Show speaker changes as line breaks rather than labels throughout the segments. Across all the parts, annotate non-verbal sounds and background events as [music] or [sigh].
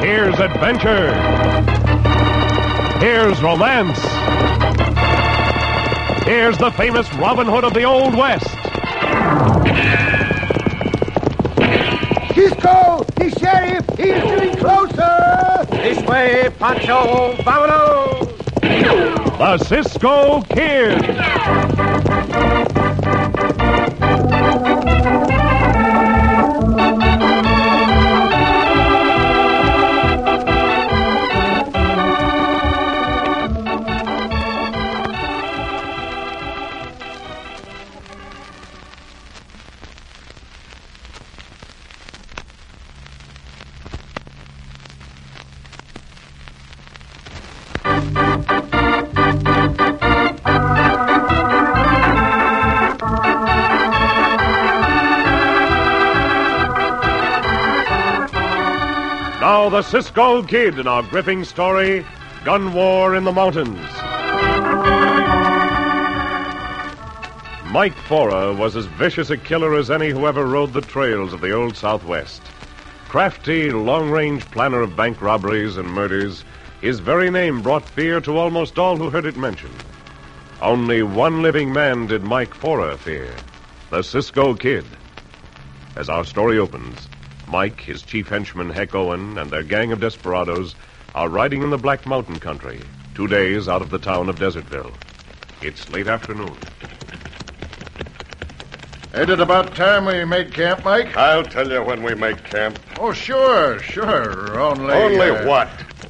Here's adventure. Here's romance. Here's the famous Robin Hood of the Old West.
Cisco! He's sheriff! He's getting closer!
This way, Pancho! Vámonos!
The Cisco Kid. Now the Cisco Kid in our gripping story, Gun War in the Mountains. Mike Forer was as vicious a killer as any who ever rode the trails of the Old Southwest. Crafty, long range planner of bank robberies and murders, his very name brought fear to almost all who heard it mentioned. Only one living man did Mike Forer fear the Cisco Kid. As our story opens, Mike, his chief henchman Heck Owen, and their gang of desperadoes are riding in the Black Mountain country, two days out of the town of Desertville. It's late afternoon.
Ain't it about time we made camp, Mike?
I'll tell you when we make camp.
Oh, sure, sure. Only.
Only
uh,
what?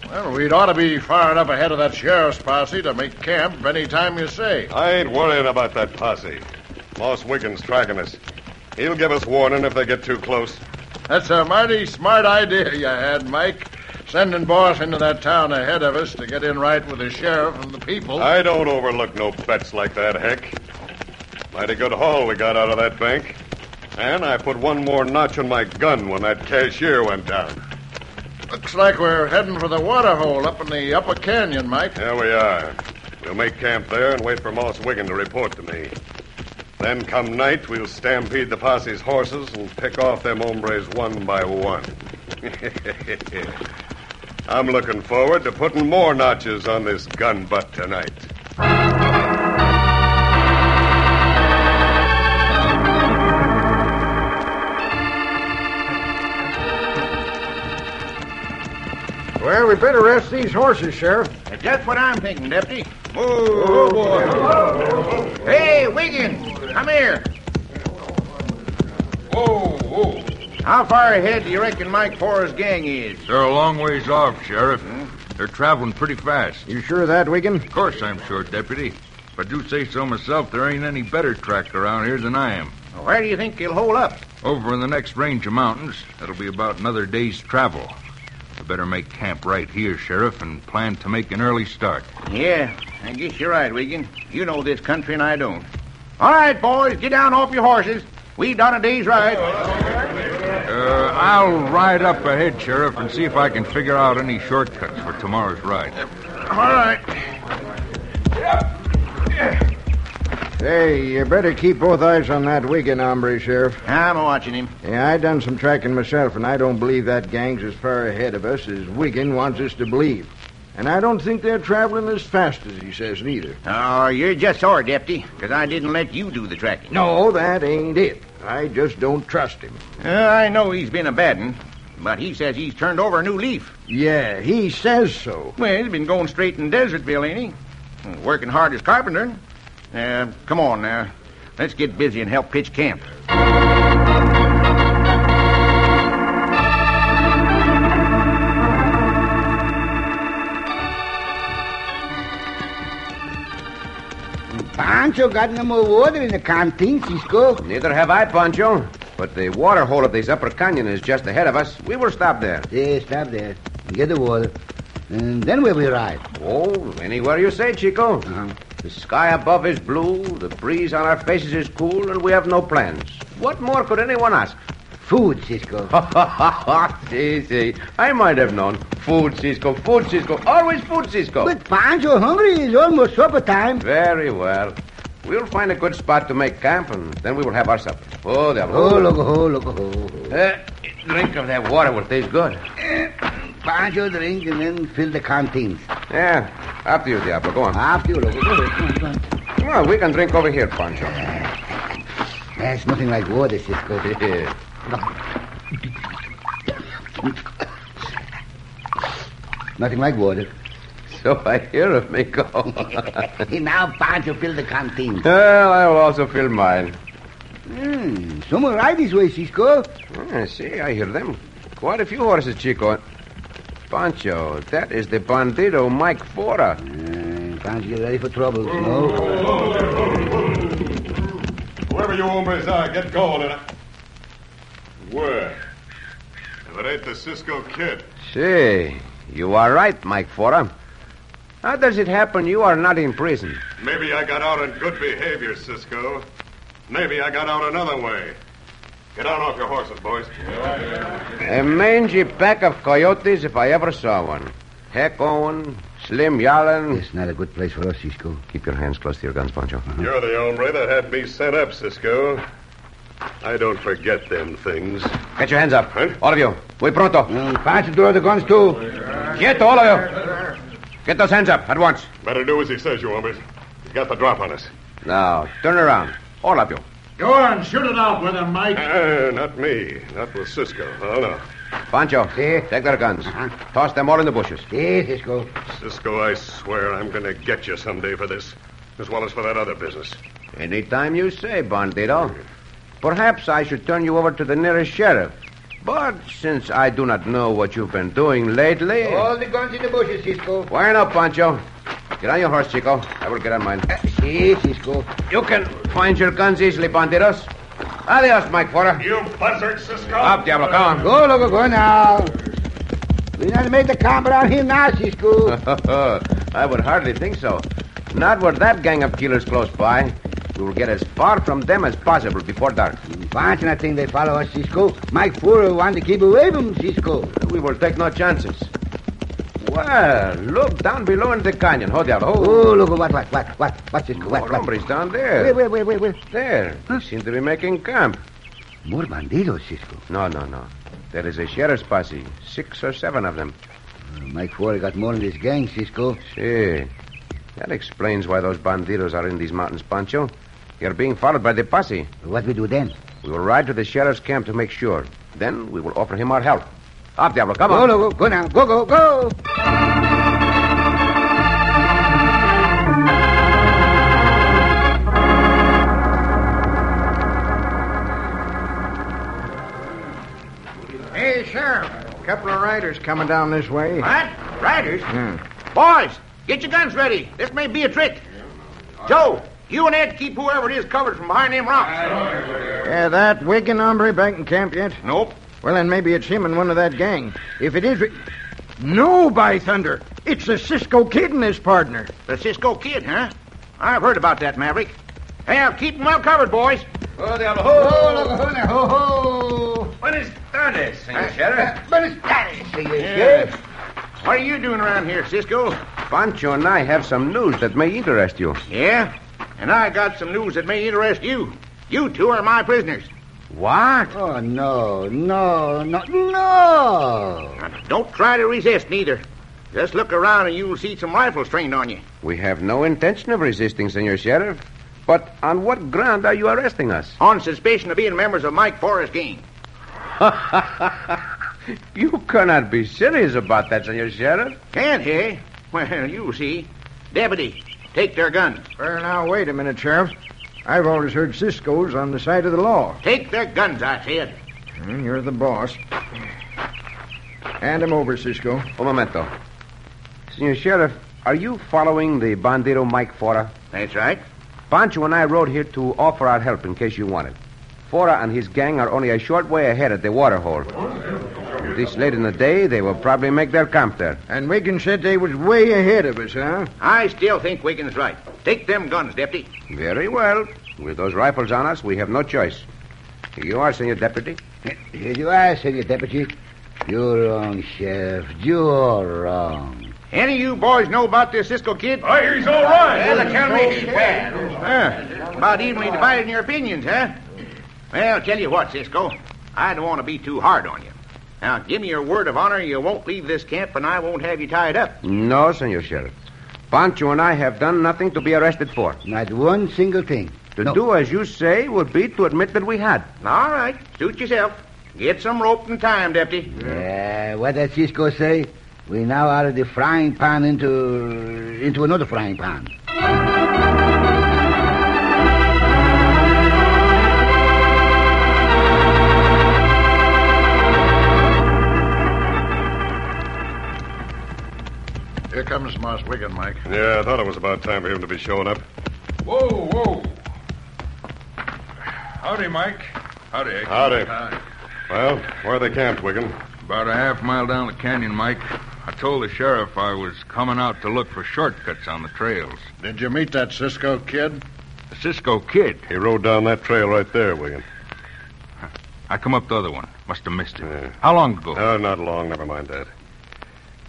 Well, we'd ought to be far enough ahead of that sheriff's posse to make camp any time you say.
I ain't worrying about that posse. Moss Wiggins tracking us. He'll give us warning if they get too close.
That's a mighty smart idea you had, Mike. Sending Boss into that town ahead of us to get in right with the sheriff and the people.
I don't overlook no bets like that, Heck. Mighty good haul we got out of that bank. And I put one more notch on my gun when that cashier went down.
Looks like we're heading for the water hole up in the upper canyon, Mike.
Here we are. We'll make camp there and wait for Moss Wiggin to report to me. Then come night, we'll stampede the posse's horses and pick off them hombres one by one. [laughs] I'm looking forward to putting more notches on this gun butt tonight.
Well, we better rest these horses, Sheriff.
That's what I'm thinking, Deputy. Oh, Hey, Wiggins, come here.
Whoa, whoa.
How far ahead do you reckon Mike Forrest's gang is?
They're a long ways off, Sheriff. They're traveling pretty fast.
You sure of that, Wigan?
Of course I'm sure, Deputy. If I do say so myself, there ain't any better tracked around here than I am.
Where do you think he'll hole up?
Over in the next range of mountains, that'll be about another day's travel. We better make camp right here, Sheriff, and plan to make an early start.
Yeah, I guess you're right, Wiggin. You know this country and I don't. All right, boys, get down off your horses. We've done a day's ride.
Uh, I'll ride up ahead, Sheriff, and see if I can figure out any shortcuts for tomorrow's ride.
All right.
Hey, you better keep both eyes on that Wigan hombre, Sheriff.
I'm watching him.
Yeah, I done some tracking myself, and I don't believe that gang's as far ahead of us as Wigan wants us to believe. And I don't think they're traveling as fast as he says, neither.
Oh, you're just sore, Deputy, because I didn't let you do the tracking.
No, that ain't it. I just don't trust him.
Uh, I know he's been a bad one, but he says he's turned over a new leaf.
Yeah, he says so.
Well, he's been going straight in Desertville, ain't he? Uh, Working hard as carpenter. Uh, come on now. Let's get busy and help pitch camp.
Pancho got no more water in the canteen, Cisco.
Neither have I, Pancho. But the water hole of this upper canyon is just ahead of us. We will stop there.
Hey, stop there. Get the water. And then we'll be right.
Oh, anywhere you say, Chico.
Uh-huh.
The sky above is blue, the breeze on our faces is cool, and we have no plans. What more could anyone ask? [laughs]
Food, Cisco.
Ha ha ha ha! See, see. I might have known. Food, Cisco. Food, Cisco. Always food, Cisco.
But Pancho hungry is almost supper time.
Very well. We'll find a good spot to make camp, and then we will have our supper. Oh, the
Oh, look, oh, look, oh.
Uh, drink of that water will taste good.
Pound your drink and then fill the canteens.
Yeah, after you, Diablo. Go on.
After you, Loco. Go ahead. Go on, go on.
Well, we can drink over here, Pancho.
That's nothing like water,
[laughs]
Cisco. Nothing like water.
so I hear of me go.
[laughs] now, Pancho, fill the canteens.
well, I will also fill mine.
Hmm, someone ride this way, Cisco. Uh,
Hmm, I see, I hear them. Quite a few horses, Chico. Pancho, that is the bandito Mike Fora.
Uh, Pancho, get ready for trouble, you know.
Whoever you hombres are, get going. And I... Where? If it ain't the Cisco Kid.
See, you are right, Mike Fora. How does it happen you are not in prison?
Maybe I got out in good behavior, Cisco. Maybe I got out another way. Get down off your horses, boys.
A mangy pack of coyotes if I ever saw one. Heck Owen, Slim Yallen.
It's not a good place for us, Cisco.
Keep your hands close to your guns, Pancho.
You're the hombre that had me sent up, Cisco. I don't forget them things.
Get your hands up.
Huh?
All of you. Muy pronto.
Uh, Pancho, draw the guns, too.
Get all of you. Get those hands up at once.
Better do as he says, you hombres. He got the drop on us.
Now, turn around. All of you.
Go on, shoot it out with him, Mike.
Uh, not me. Not with Cisco. Oh, no.
Pancho, take their guns.
Uh-huh.
Toss them all in the bushes.
Here, Cisco.
Cisco, I swear I'm going to get you someday for this, as well as for that other business.
Anytime you say, Bandito. Perhaps I should turn you over to the nearest sheriff. But since I do not know what you've been doing lately.
All the guns in the bushes, Cisco.
Bueno, Pancho. Get on your horse, Chico. I will get on mine.
See, Uh, Cisco.
You can find your guns easily, Banditos. Adios, Mike Porter.
You buzzard, Cisco!
Up, Diablo, go on.
Go, Loco, go now. We not made the camp around here now, Cisco.
[laughs] I would hardly think so. Not with that gang of killers close by. We will get as far from them as possible before dark.
Pancho, I think they follow us, Cisco. Mike Fuller want to keep away from Cisco.
We will take no chances. Well, look down below in the canyon. Hold Diablo.
Oh, look, what, what, what, what, what, Cisco, what,
More
what?
hombres down
Wait,
there.
wait, wait, wait, wait.
There. They seem to be making camp.
More bandidos, Cisco.
No, no, no. There is a sheriff's posse. Six or seven of them.
Mike Fuller got more in this gang, Cisco.
See. That explains why those banditos are in these mountains, Pancho. You're being followed by the posse.
What we do then?
We will ride to the sheriff's camp to make sure. Then we will offer him our help. Up, Diablo, come on.
Go, Loco, go now. Go, go, go.
Hey, Sheriff. A couple of riders coming down this way.
What? Riders? Boys, get your guns ready. This may be a trick. Joe, you and Ed keep whoever it is covered from behind them rocks.
Yeah, that Wigan hombre back in camp yet?
Nope.
Well, then maybe it's him and one of that gang. If it is. No, by thunder! It's the Cisco Kid and his partner.
The Cisco Kid, huh? I've heard about that, Maverick. Hey, I'll keep them well covered, boys.
Oh, Diablo, ho!
Loco, ho, now, ho, ho!
Buenas tardes, senor sheriff.
Yeah. What are you doing around here, Cisco?
Pancho and I have some news that may interest you.
Yeah? And I got some news that may interest you. You two are my prisoners.
What?
Oh, no, no, no, no.
Now, don't try to resist, neither. Just look around and you'll see some rifles trained on you.
We have no intention of resisting, senor sheriff. But on what ground are you arresting us?
On suspicion of being members of Mike Forrest's gang.
You cannot be serious about that, senor sheriff.
Can't he? Well, you see. Deputy, take their guns.
Well, now, wait a minute, Sheriff. I've always heard Cisco's on the side of the law.
Take their guns, I said.
Mm, You're the boss. Hand him over, Cisco.
Un momento. Senor sheriff, are you following the bandito Mike Fora?
That's right.
Pancho and I rode here to offer our help in case you want it. Fora and his gang are only a short way ahead at the waterhole. This late in the day, they will probably make their camp there.
And Wigan said they was way ahead of us, huh?
I still think Wiggins right. Take them guns, Deputy.
Very well. With those rifles on us, we have no choice. Here you are, Senor Deputy.
Here you are, Senor Deputy. You're wrong, Sheriff. You're wrong.
Any of you boys know about this Cisco kid?
Hey, he's all right.
Well, tell me. Well, about evenly divided in your opinions, huh? Well, tell you what, Cisco. I don't want to be too hard on you. Now, give me your word of honor you won't leave this camp and I won't have you tied up.
No, Senor Sheriff. Pancho and I have done nothing to be arrested for.
Not one single thing.
To
No.
do as you say would be to admit that we had.
All right, suit yourself. Get some rope and time, Deputy.
Uh, what does Cisco say? We now out of the frying pan into into another frying pan.
Here comes Moss Wigan, Mike.
Yeah, I thought it was about time for him to be showing up.
Whoa, whoa. Howdy, Mike. Howdy. Hickey.
Howdy.
Hi.
Well, where are they camped, Wigan?
About a half mile down the canyon, Mike. I told the sheriff I was coming out to look for shortcuts on the trails.
Did you meet that Cisco kid?
The Cisco Kid.
He rode down that trail right there, Wigan.
I come up the other one. Must have missed it.
Yeah.
How long ago?
Uh,
Oh, not long. Never mind that.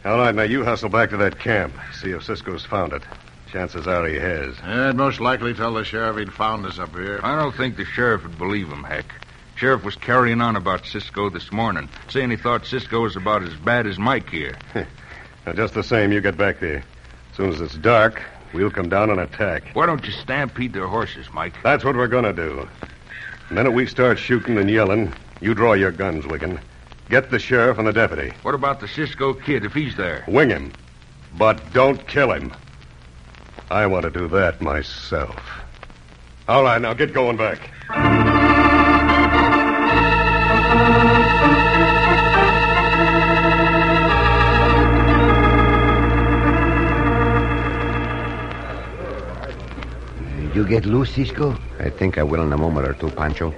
All right, now you hustle back to that camp. See if Cisco's found it. Chances are he has.
Yeah, I'd most likely tell the sheriff he'd found us up here.
I don't think the sheriff would believe him, heck. Sheriff was carrying on about Cisco this morning, saying he thought Cisco was about as bad as Mike here.
Now, just the same, you get back there. As soon as it's dark, we'll come down and attack.
Why don't you stampede their horses, Mike?
That's what we're gonna do. The minute we start shooting and yelling, you draw your guns, Wigan. Get the sheriff and the deputy.
What about the Cisco Kid if he's there?
Wing him. But don't kill him. I want to do that myself. All right, now get going back.
You get loose, Cisco?
I think I will in a moment or two, Pancho.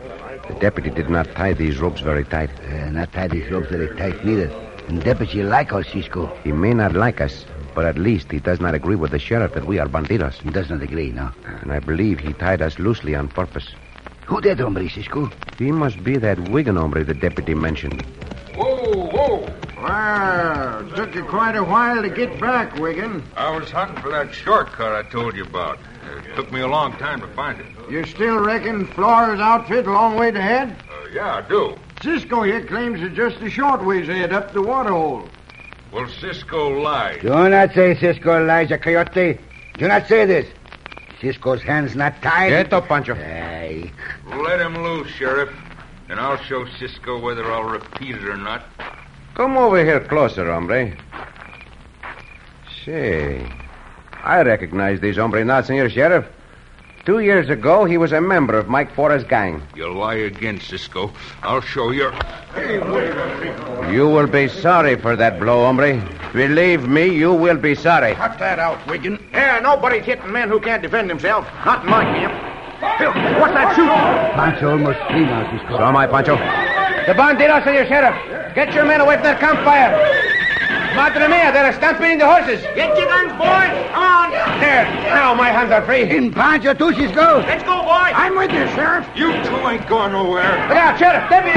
The deputy did not tie these ropes very tight.
Uh, not tie these ropes very tight neither. And deputy like us, Cisco.
He may not like us, but at least he does not agree with the sheriff that we are bandidos.
He does not agree, no.
And I believe he tied us loosely on purpose.
Who that hombre, Cisco?
He must be that Wigan hombre the deputy mentioned.
Whoa, whoa!
Well, took you quite a while to get back, Wigan.
I was hunting for that shortcut I told you about. It took me a long time to find it.
You still reckon Flora's outfit a long way ahead?
Uh, yeah, I do.
Cisco here claims it's just a short ways ahead up the waterhole.
Well, Cisco lied.
Do not say Cisco lies, a coyote. Do not say this. Cisco's hands not tied.
Get up, Pancho.
Aye.
Let him loose, Sheriff, and I'll show Cisco whether I'll repeat it or not.
Come over here closer, hombre. Say, I recognize this hombre now, Senor Sheriff. Two years ago, he was a member of Mike Forrest's gang.
You lie again, Cisco. I'll show you.
You will be sorry for that blow, hombre. Believe me, you will be sorry.
Cut that out, Wigan. Yeah, nobody's hitting men who can't defend themselves. Not in my camp. Bill, what's that shooting?
Pancho almost free now, Cisco.
So am I, Pancho. The bandidos, Senor Sheriff. Get your men away from their campfire. Madre mia, they're stampeding the horses.
Get your guns, boys. Come on.
There. Now my hands are free.
In Pancho, too, Cisco.
Let's go, boys.
I'm with you, Sheriff.
You two ain't going nowhere.
Look out, Sheriff. Deputy.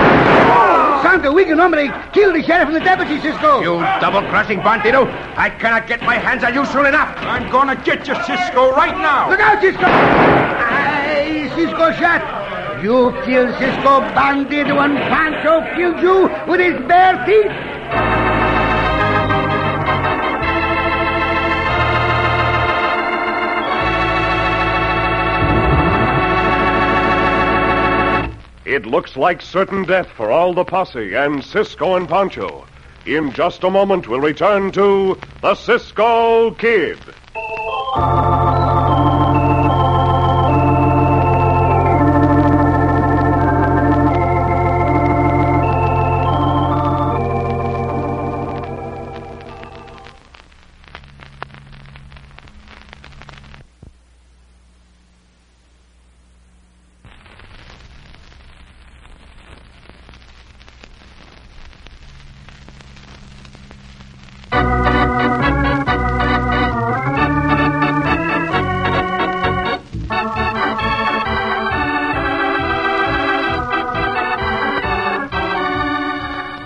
Santa, we can hombre kill the sheriff and the deputy, Cisco.
You double-crossing bandito. I cannot get my hands on you soon enough.
I'm gonna get you, Cisco, right now.
Look out, Cisco! Aye, Cisco shot. You killed Cisco Bandit when Pancho killed you with his bare teeth.
It looks like certain death for all the posse and Cisco and Pancho. In just a moment, we'll return to the Cisco Kid.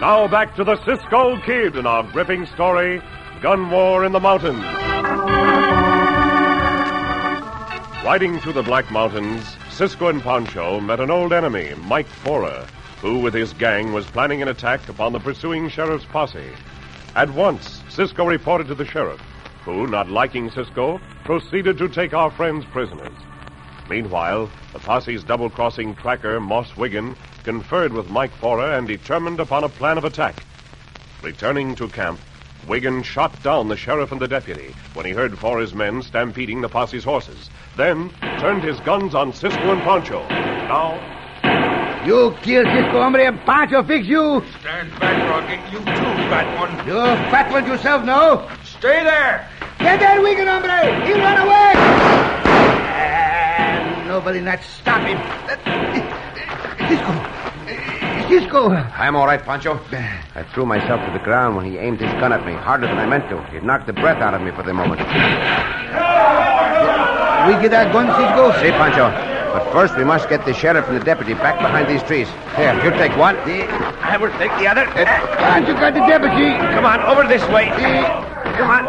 Now back to the Cisco Kid and our gripping story Gun War in the Mountains. Riding through the Black Mountains, Cisco and Pancho met an old enemy, Mike Forer, who, with his gang, was planning an attack upon the pursuing sheriff's posse. At once, Cisco reported to the sheriff, who, not liking Cisco, proceeded to take our friends prisoners. Meanwhile, the posse's double crossing tracker, Moss Wiggin, conferred with Mike Forer and determined upon a plan of attack. Returning to camp, Wiggin shot down the sheriff and the deputy when he heard Forer's men stampeding the posse's horses, then turned his guns on Cisco and Poncho. Now,
You kill Cisco Hombre and Pancho fix you.
Stand back, Rocket. You too, fat one.
You fat one yourself, no?
Stay there.
Get that Wigan Hombre! He run away! Ah, nobody not stop him. Cisco! Cisco!
I'm all right, Pancho. I threw myself to the ground when he aimed his gun at me harder than I meant to. It knocked the breath out of me for the moment.
We get that gun, Cisco?
See, Pancho. But first, we must get the sheriff and the deputy back behind these trees. Here, you take one.
I will take the other.
eh, Pancho got the deputy.
Come on, over this way. Come on.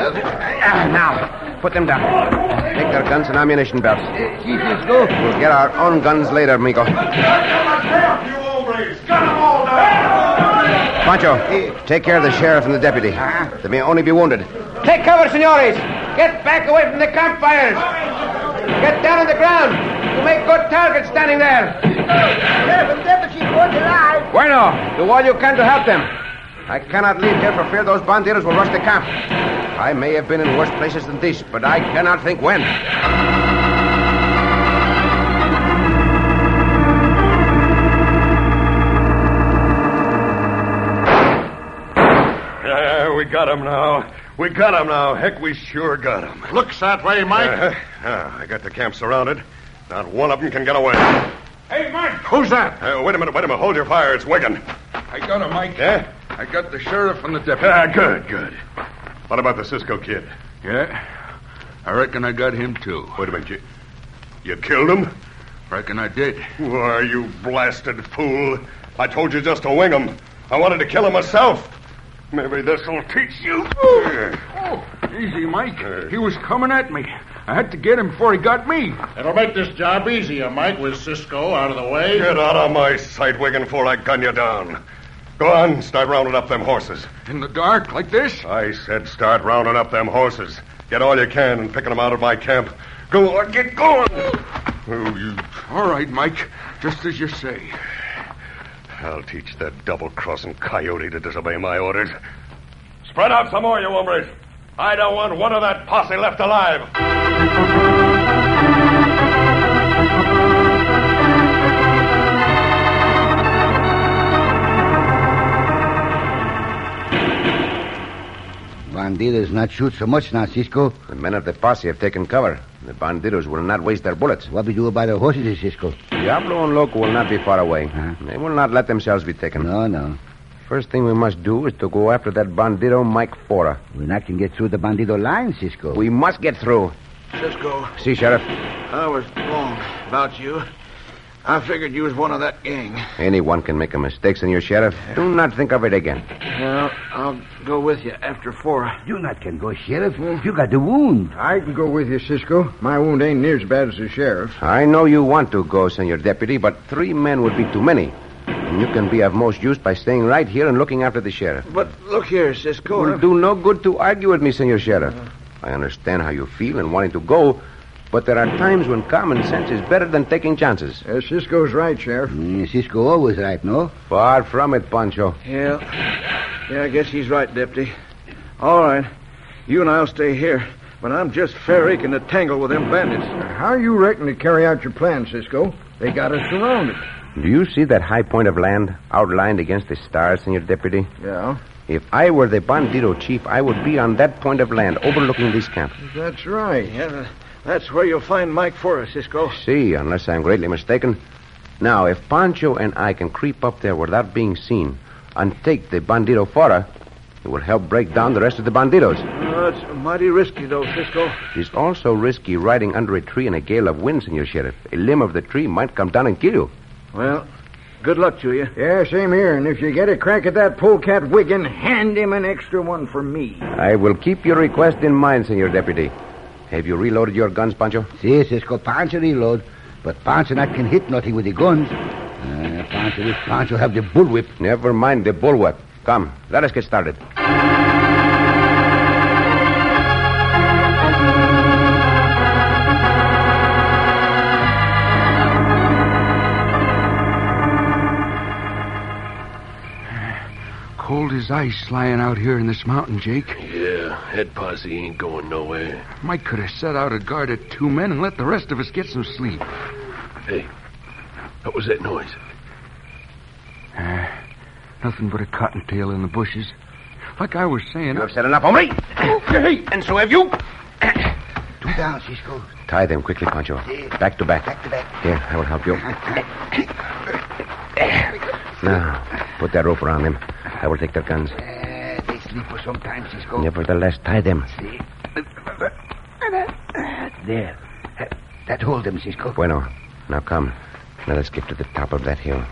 Ah, now.
Put them down. Take their guns and ammunition belts.
Eh, See, Cisco?
We'll get our own guns later, amigo. Pancho, take care of the sheriff and the deputy. They may only be wounded.
Take cover, senores. Get back away from the campfires. Get down on the ground. You make good targets standing there.
Bueno, do all you can to help them. I cannot leave here for fear those bandidos will rush the camp. I may have been in worse places than these, but I cannot think when.
Yeah, Uh, we got him now. We got him now. Heck, we sure got him.
Looks that way, Mike.
I got the camp surrounded. Not one of them can get away.
Hey, Mark.
Who's that?
Uh, wait a minute, wait a minute. Hold your fire. It's Wigan.
I got him, Mike.
Yeah?
I got the sheriff and the deputy.
Ah, good, good. What about the Cisco kid?
Yeah? I reckon I got him, too.
Wait a minute. You, you killed him?
Reckon I did.
Why, you blasted fool. I told you just to wing him. I wanted to kill him myself. Maybe this'll teach you.
Oh, easy, Mike. He was coming at me. I had to get him before he got me.
It'll make this job easier, Mike, with Cisco out of the way.
Get out of my sight, Wigan, before I gun you down. Go on, start rounding up them horses.
In the dark, like this?
I said start rounding up them horses. Get all you can and picking them out of my camp. Go on, get going. Oh, you...
All right, Mike. Just as you say.
I'll teach that double-crossing coyote to disobey my orders. Spread out some more, you hombres. I don't want one of that posse left alive.
Bandidos not shoot so much now, Cisco.
The men of the posse have taken cover. The bandidos will not waste their bullets.
What we do about the horses, Cisco?
Diablo and Loco will not be far away. They will not let themselves be taken.
No, no.
First thing we must do is to go after that bandito, Mike Fora.
We not can get through the bandido line, Cisco.
We must get through.
Cisco,
See, Sheriff,
I was wrong about you. I figured you was one of that gang.
anyone can make a mistake, Senor Sheriff. Do not think of it again.
Well, I'll go with you after four.
you not can go, Sheriff. You got the wound.
I can go with you, Cisco. My wound ain't near as bad as the sheriff's.
I know you want to go, Senor Deputy, but three men would be too many. And you can be of most use by staying right here and looking after the sheriff.
But look here, Cisco.
It will do no good to argue with me, Senor Sheriff. I understand how you feel and wanting to go, but there are times when common sense is better than taking chances.
Uh, Cisco's right, Sheriff.
Mm, Cisco always right, no?
Far from it, Pancho.
Yeah. Yeah, I guess he's right, Deputy. All right. You and I'll stay here, but I'm just fair aching to tangle with them bandits.
How you reckon to carry out your plan, Cisco? They got us surrounded.
Do you see that high point of land outlined against the stars, Senor Deputy?
Yeah,
If I were the bandito chief, I would be on that point of land overlooking this camp.
that's right.
Yeah, that's where you'll find Mike for us, Cisco.
See, unless I'm greatly mistaken. Now, if Pancho and I can creep up there without being seen and take the bandito fora, it will help break down the rest of the banditos.
Well, it's mighty risky, though, Cisco.
It is also risky riding under a tree in a gale of wind, Senor Sheriff. A limb of the tree might come down and kill you.
Well, good luck to you.
Yeah, same here. And if you get a crack at that polecat Wiggin, hand him an extra one for me.
I will keep your request in mind, Senor Deputy. Have you reloaded your guns, Pancho?
See, Cisco, Pancho reload. But Pancho not can hit nothing with the guns. Uh, Pancho, if Pancho have the bullwhip.
Never mind the bullwhip. Come, let us get started.
Cold as ice lying out here in this mountain, Jake.
Yeah, head posse ain't going nowhere.
Mike could have set out a guard of two men and let the rest of us get some sleep.
Hey, what was that noise?
Uh, nothing but a cottontail in the bushes. Like I was saying.
You have said enough, hombre.
Okay,
and so have you.
Two down, Cisco.
Tie them quickly, Pancho. Back to back.
Back to back.
Here, I will help you. Now, put that rope around them. I will take their guns.
Uh, they sleep for some time, Cisco.
Nevertheless, tie them.
See? There. That hold them, Cisco.
Bueno. Now come. Let us get to the top of that hill.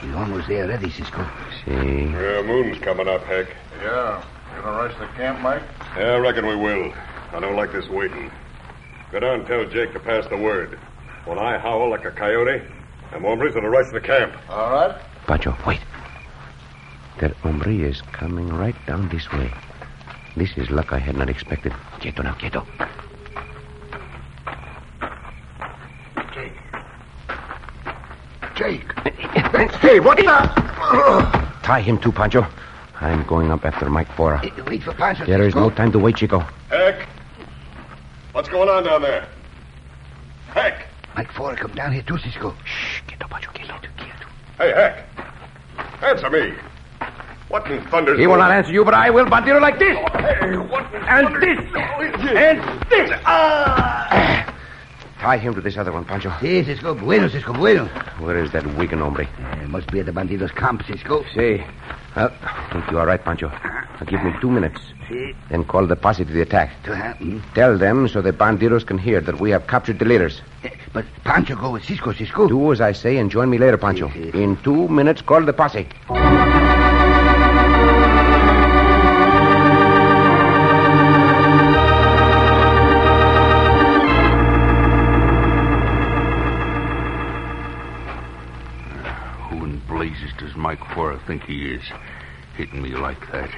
He's almost there already, Cisco.
See?
Yeah, moon's coming up, Heck.
Yeah. You gonna rush the camp, Mike?
Yeah, I reckon we will. I don't like this waiting. Go down and tell Jake to pass the word. When I howl like a coyote, them hombres are to rush the camp.
All right.
Pancho, wait. That hombre is coming right down this way. This is luck I had not expected. Quieto now, quieto.
Jake.
Hey, what the?
Tie him too, Pancho. I'm going up after Mike Fora.
Wait for Pancho.
There is no time to wait, Chico.
Heck! What's going on down there? Heck!
Mike Fora come down here too, Cisco.
Shh, quieto, Pancho, quieto, quieto.
Hey, Heck! Answer me! What in thunder's
He will
going
not answer you, but I will, Bandito, like this.
Hey, what in
And
thunder's-
this. And this. Ah! Tie him to this other one, Pancho.
Si, Cisco. Bueno, Cisco, bueno.
Where is that Wigan hombre?
Uh, must be at the bandidos' camp, Cisco.
See. Well, I think you are right, Pancho. Now give me two minutes.
Si.
Then call the posse to the attack.
To hmm. happen.
Tell them so the bandidos can hear that we have captured the leaders.
Eh, But Pancho go with Cisco, Cisco.
Do as I say and join me later, Pancho.
Sí, sí.
In two minutes, call the posse.
Who in blazes does Mike Fora think he is? Hitting me like that.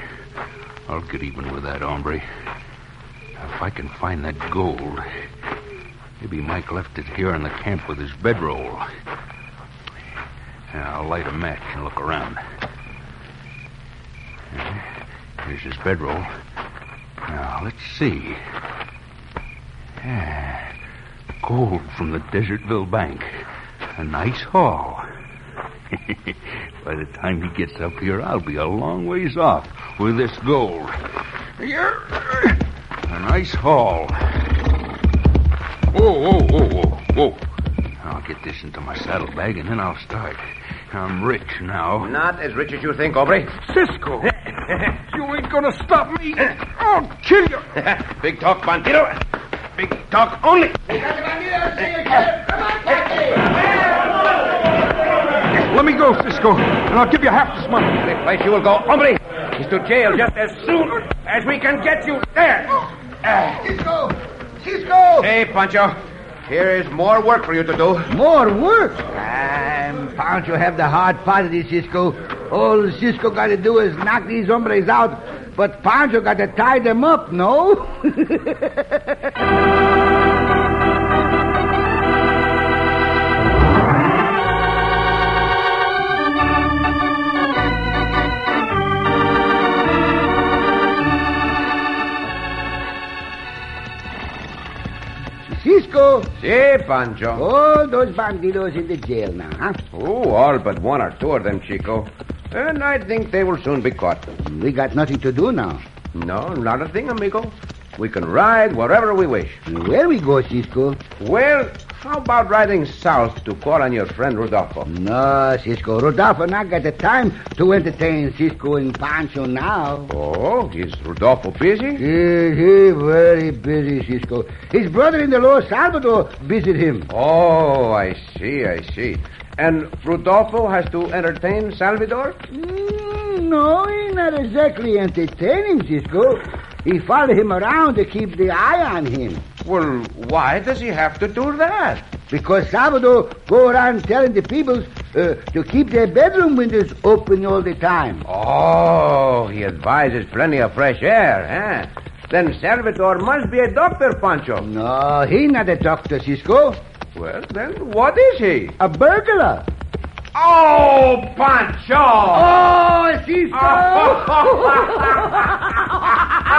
I'll get even with that hombre. If I can find that gold. Maybe Mike left it here in the camp with his bedroll. Yeah, I'll light a match and look around. Yeah, Here's his bedroll. Now, let's see. Yeah, gold from the Desertville Bank. A nice haul. [laughs] By the time he gets up here, I'll be a long ways off with this gold. Here, a nice haul. Whoa, whoa, whoa, whoa, whoa. I'll get this into my saddlebag and then I'll start. I'm rich now.
Not as rich as you think, hombre. [laughs]
Cisco! you ain't gonna stop me! I'll kill you!
Big talk, Bandito. Big talk only.
Let me go, Cisco, and I'll give you half this money.
The place you will go, hombre, is to jail just as soon as we can get you there.
Cisco! Cisco!
Hey, Pancho. Here is more work for you to do.
More work. I'm bound to have the hard part of this, Cisco. All Cisco got to do is knock these hombres out, but Pancho got to tie them up, no? [laughs] Cisco,
See, Pancho.
all Oh, those bandidos in the jail now, huh?
Oh, all but one or two of them, Chico. And I think they will soon be caught.
We got nothing to do now.
No, not a thing, amigo. We can ride wherever we wish.
Where we go, Cisco?
Well, how about riding south to call on your friend Rodolfo?
No, Cisco. Rodolfo not got the time to entertain Cisco and Pancho now.
Oh, is Rodolfo busy?
He, he very busy, Cisco. His brother in the law, Salvador, visit him.
Oh, I see, I see. And Rodolfo has to entertain Salvador?
Mm, no, he not exactly entertain him, Cisco. He follow him around to keep the eye on him.
Well, why does he have to do that?
Because Salvador go around telling the people uh, to keep their bedroom windows open all the time.
Oh, he advises plenty of fresh air, huh? Then Salvador must be a doctor, Pancho.
No, he not a doctor, Cisco.
Well, then what is he?
A burglar.
Oh, Pancho!
Oh, Cisco!
[laughs]